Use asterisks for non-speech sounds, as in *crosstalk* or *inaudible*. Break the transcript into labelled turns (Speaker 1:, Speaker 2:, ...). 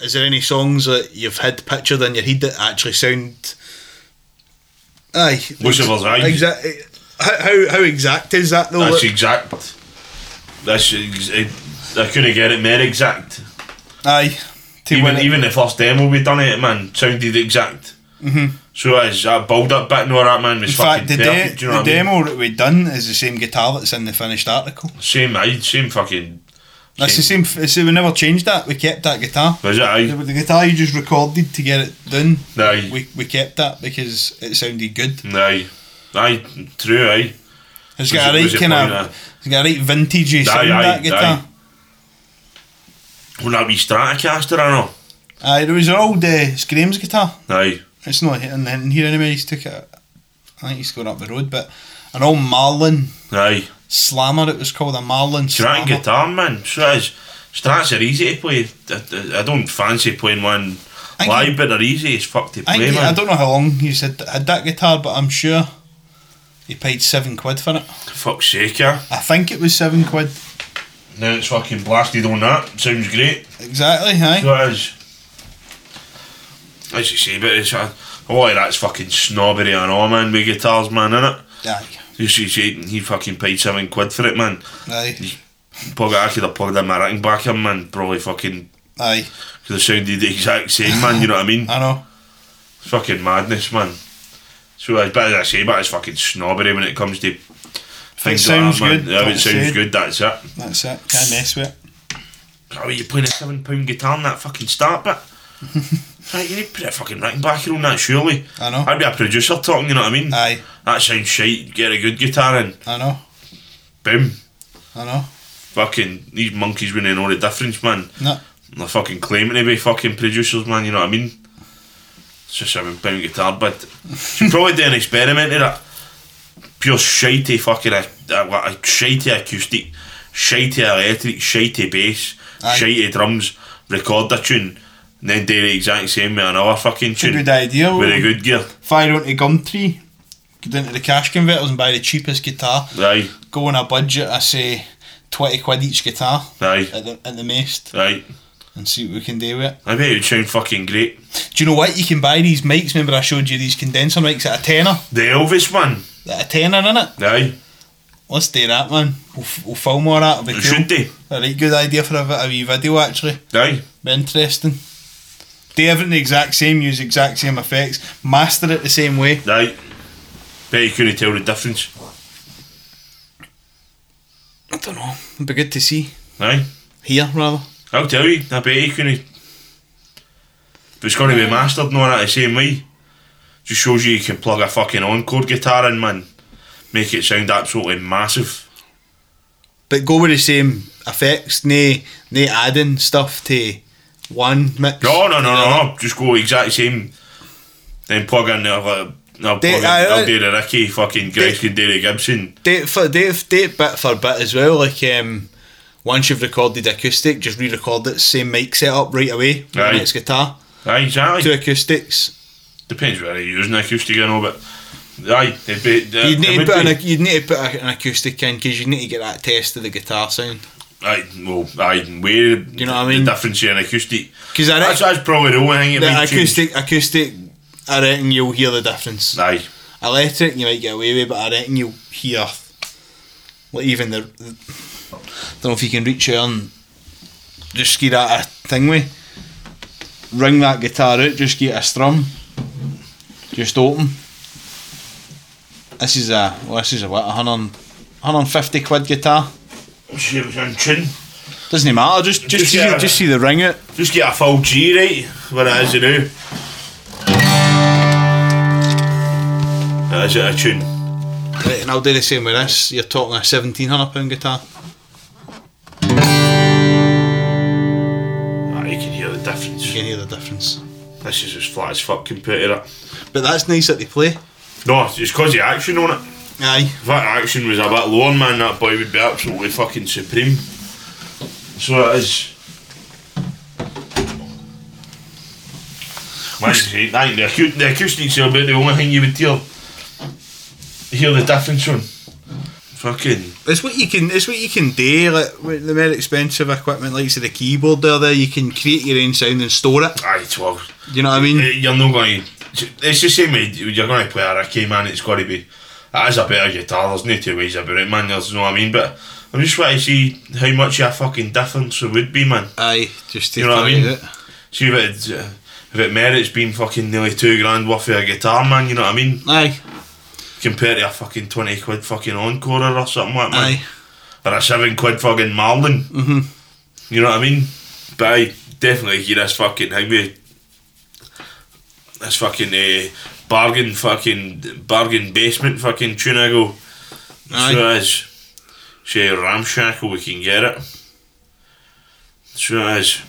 Speaker 1: is there any songs that you've had pictured in your head that actually sound? Aye,
Speaker 2: Wish of Us, aye.
Speaker 1: Exactly. How, how how exact is that though?
Speaker 2: That's exact. That's ex- e- I couldn't get it more exact.
Speaker 1: aye. To win
Speaker 2: Even
Speaker 1: it.
Speaker 2: even the first demo we done it, man, sounded exact. Mm-hmm. So as that build up bit and all that, man, was
Speaker 1: in
Speaker 2: fucking
Speaker 1: fact, the, de-
Speaker 2: perfect. do you
Speaker 1: the
Speaker 2: know what I mean?
Speaker 1: demo that we done is the same guitar that's in the finished article.
Speaker 2: Same, aye, same fucking.
Speaker 1: That's the same. f- See, we never changed that. We kept that guitar.
Speaker 2: Was it
Speaker 1: The,
Speaker 2: aye?
Speaker 1: the guitar you just recorded to get it done.
Speaker 2: Aye.
Speaker 1: We, we kept that because it sounded good.
Speaker 2: Aye. Aye, true, aye.
Speaker 1: It's
Speaker 2: Was
Speaker 1: got
Speaker 2: it-
Speaker 1: a right
Speaker 2: was it
Speaker 1: kind
Speaker 2: playing a-
Speaker 1: of, it's got a right vintagey sound
Speaker 2: aye,
Speaker 1: that guitar.
Speaker 2: When that wee Stratocaster, I know.
Speaker 1: Aye, there was an old uh, Screams guitar.
Speaker 2: Aye.
Speaker 1: It's not hitting in here anyway. He's took it. I think he's gone up the road, but an old Marlin
Speaker 2: Aye.
Speaker 1: Slammer. It was called a Marlin
Speaker 2: Strat
Speaker 1: Slammer.
Speaker 2: and guitar, man. So as Strats are easy to play. I, I- I don't fancy playing one
Speaker 1: Thank
Speaker 2: live,
Speaker 1: you.
Speaker 2: but they're easy as fuck to
Speaker 1: I,
Speaker 2: play,
Speaker 1: think he- I
Speaker 2: man.
Speaker 1: don't know how long he's had, had that guitar, but I'm sure he paid seven quid for it.
Speaker 2: Fuck's sake, yeah.
Speaker 1: I think it was seven quid
Speaker 2: Now it's fucking blasted on that. Sounds great.
Speaker 1: exactly. Aye,
Speaker 2: So as as you say, but it's a, a lot of that's fucking snobbery and all, man. With guitars, man, innit?
Speaker 1: aye,
Speaker 2: You see, see, he fucking paid seven quid for it, man.
Speaker 1: aye,
Speaker 2: Plug it, I could have plugged in my writing back in, man. Probably fucking
Speaker 1: aye.
Speaker 2: could have sounded the exact same, man. You know what I mean?
Speaker 1: I know.
Speaker 2: It's fucking madness, man. So, uh, as bad as I say, but it's fucking snobbery when it comes to things
Speaker 1: sounds
Speaker 2: like that, man.
Speaker 1: good,
Speaker 2: Yeah, if it
Speaker 1: that's
Speaker 2: sounds
Speaker 1: it.
Speaker 2: good, that's it.
Speaker 1: That's it. Can't mess with it.
Speaker 2: Oh, you're playing a seven pound guitar on that fucking start
Speaker 1: *laughs*
Speaker 2: bit. right, you need to put a fucking writing backer on that, surely.
Speaker 1: I know.
Speaker 2: I'd be a producer talking, you know what I mean?
Speaker 1: Aye,
Speaker 2: That sounds shite. Get a good guitar in.
Speaker 1: I know.
Speaker 2: Boom.
Speaker 1: I know.
Speaker 2: Fucking, these monkeys wouldn't know the difference, man.
Speaker 1: No,
Speaker 2: They're fucking claiming to be fucking producers, man, you know what I mean? It's a seven pound guitar, but should probably do an experiment in that. Pure shitey fucking, uh, uh, what, uh, shitey acoustic, shitey electric, shitey bass,
Speaker 1: Aye.
Speaker 2: shitey drums, record a tune, and then do the exact same with another fucking
Speaker 1: it's a
Speaker 2: tune.
Speaker 1: good idea.
Speaker 2: With a good gear.
Speaker 1: Fire onto Gumtree, go down to the cash converters and buy the cheapest guitar.
Speaker 2: Aye,
Speaker 1: go on a budget, I say 20 quid each guitar
Speaker 2: aye,
Speaker 1: at the, at the most
Speaker 2: aye.
Speaker 1: and see what we can do with it.
Speaker 2: I bet it would sound fucking great.
Speaker 1: Do you know what? You can buy these mics. Remember, I showed you these condenser mics at a tenner.
Speaker 2: The Elvis one,
Speaker 1: At a tenner, innit?
Speaker 2: aye,
Speaker 1: Let's do that, man. We'll, f- we'll film all that. It'll be
Speaker 2: it
Speaker 1: cool.
Speaker 2: should do,
Speaker 1: A right good idea for a, vi- a wee video, actually.
Speaker 2: aye.
Speaker 1: Be interesting. Do everything the exact same, use exact same effects, master it the same way.
Speaker 2: Right. Bet you couldn't tell the difference.
Speaker 1: I don't know. It'd be good to see.
Speaker 2: Aye.
Speaker 1: Here, rather.
Speaker 2: I'll tell you, I bet you couldn't. But it's going to be mastered now that the same way. Just shows you you can plug a fucking encore guitar in, man. Make it sound absolutely massive.
Speaker 1: But go with the same effects, nay, nay adding stuff to one mix.
Speaker 2: No, no, no,
Speaker 1: Yeah.
Speaker 2: no, no. Just go exact same. Then plug in the other. I'll,
Speaker 1: They-
Speaker 2: plug in,
Speaker 1: I-
Speaker 2: I'll
Speaker 1: I-
Speaker 2: do the Ricky, fucking Greg can do the Gibson.
Speaker 1: date for date, date bit for bit as well. Like um, once you've recorded acoustic, just re-record it same mic setup right away. with The
Speaker 2: Aye.
Speaker 1: next guitar,
Speaker 2: Aye, exactly.
Speaker 1: two acoustics.
Speaker 2: Depends where you're using acoustic and all, but. Aye, it'd be.
Speaker 1: You'd need, to
Speaker 2: uh, it
Speaker 1: put
Speaker 2: would
Speaker 1: an,
Speaker 2: be-
Speaker 1: ac- you'd need to put a- an acoustic in because you need to get that test of the guitar sound.
Speaker 2: Aye, well, aye, and where you
Speaker 1: know what I mean?
Speaker 2: The difference in acoustic.
Speaker 1: 'Cause I
Speaker 2: that's,
Speaker 1: reckon-
Speaker 2: that's probably the only thing it
Speaker 1: The
Speaker 2: might change.
Speaker 1: acoustic, acoustic, I reckon you'll hear the difference.
Speaker 2: Aye,
Speaker 1: Electric, you might get away with, but I reckon you'll hear. Like even the, the don't know if you can reach out and just ski that a thing with. Ring that guitar out, just get a strum. Just open. This is a well, this is a what, a hundred and- 150 quid guitar.
Speaker 2: See if it's on tune.
Speaker 1: Doesn't matter, just just
Speaker 2: Just
Speaker 1: see,
Speaker 2: get a-
Speaker 1: just see the ring out.
Speaker 2: Just get a full G right. What it is you know. That is it a tune.
Speaker 1: Right, and I'll do the same with this. You're talking a seventeen hundred pound guitar.
Speaker 2: Aye, you can hear the difference.
Speaker 1: You can hear the difference.
Speaker 2: This is as flat as fuck compared to that.
Speaker 1: But that's nice that they play.
Speaker 2: No, it's because the action on it.
Speaker 1: Aye.
Speaker 2: If that action was a bit lower, man, that boy would be absolutely fucking supreme. So it is. Man, see, I think the, acou- the acoustics are about the only thing you would hear, hear the difference on. Fucking.
Speaker 1: It's what you can. It's what you can do. Like with the more expensive equipment, like say the keyboard there, there you can create your own sound and store it.
Speaker 2: Aye, twelve.
Speaker 1: You know what I
Speaker 2: Eh,
Speaker 1: mean?
Speaker 2: You're not going to. It's the same way you're going to play a Ricky, man. It's got to be. That is a better guitar. There's no two ways about it, man. There's no what I mean. But I'm just trying to see how much of a fucking difference it would be, man.
Speaker 1: Aye, just to
Speaker 2: You know what I
Speaker 1: try
Speaker 2: mean?
Speaker 1: it.
Speaker 2: See if it, if it merits being fucking nearly two grand worth of a guitar, man. You know what I mean?
Speaker 1: Aye,
Speaker 2: Compared to a fucking twenty quid fucking encore or something like that, man.
Speaker 1: aye.
Speaker 2: or a seven quid fucking Marlin. Mm-hmm. You know what I mean? But I definitely hear this fucking Higby, this fucking uh, bargain fucking bargain basement fucking tune. I go,
Speaker 1: Aye.
Speaker 2: sure as say ramshackle, we can get it. Sure as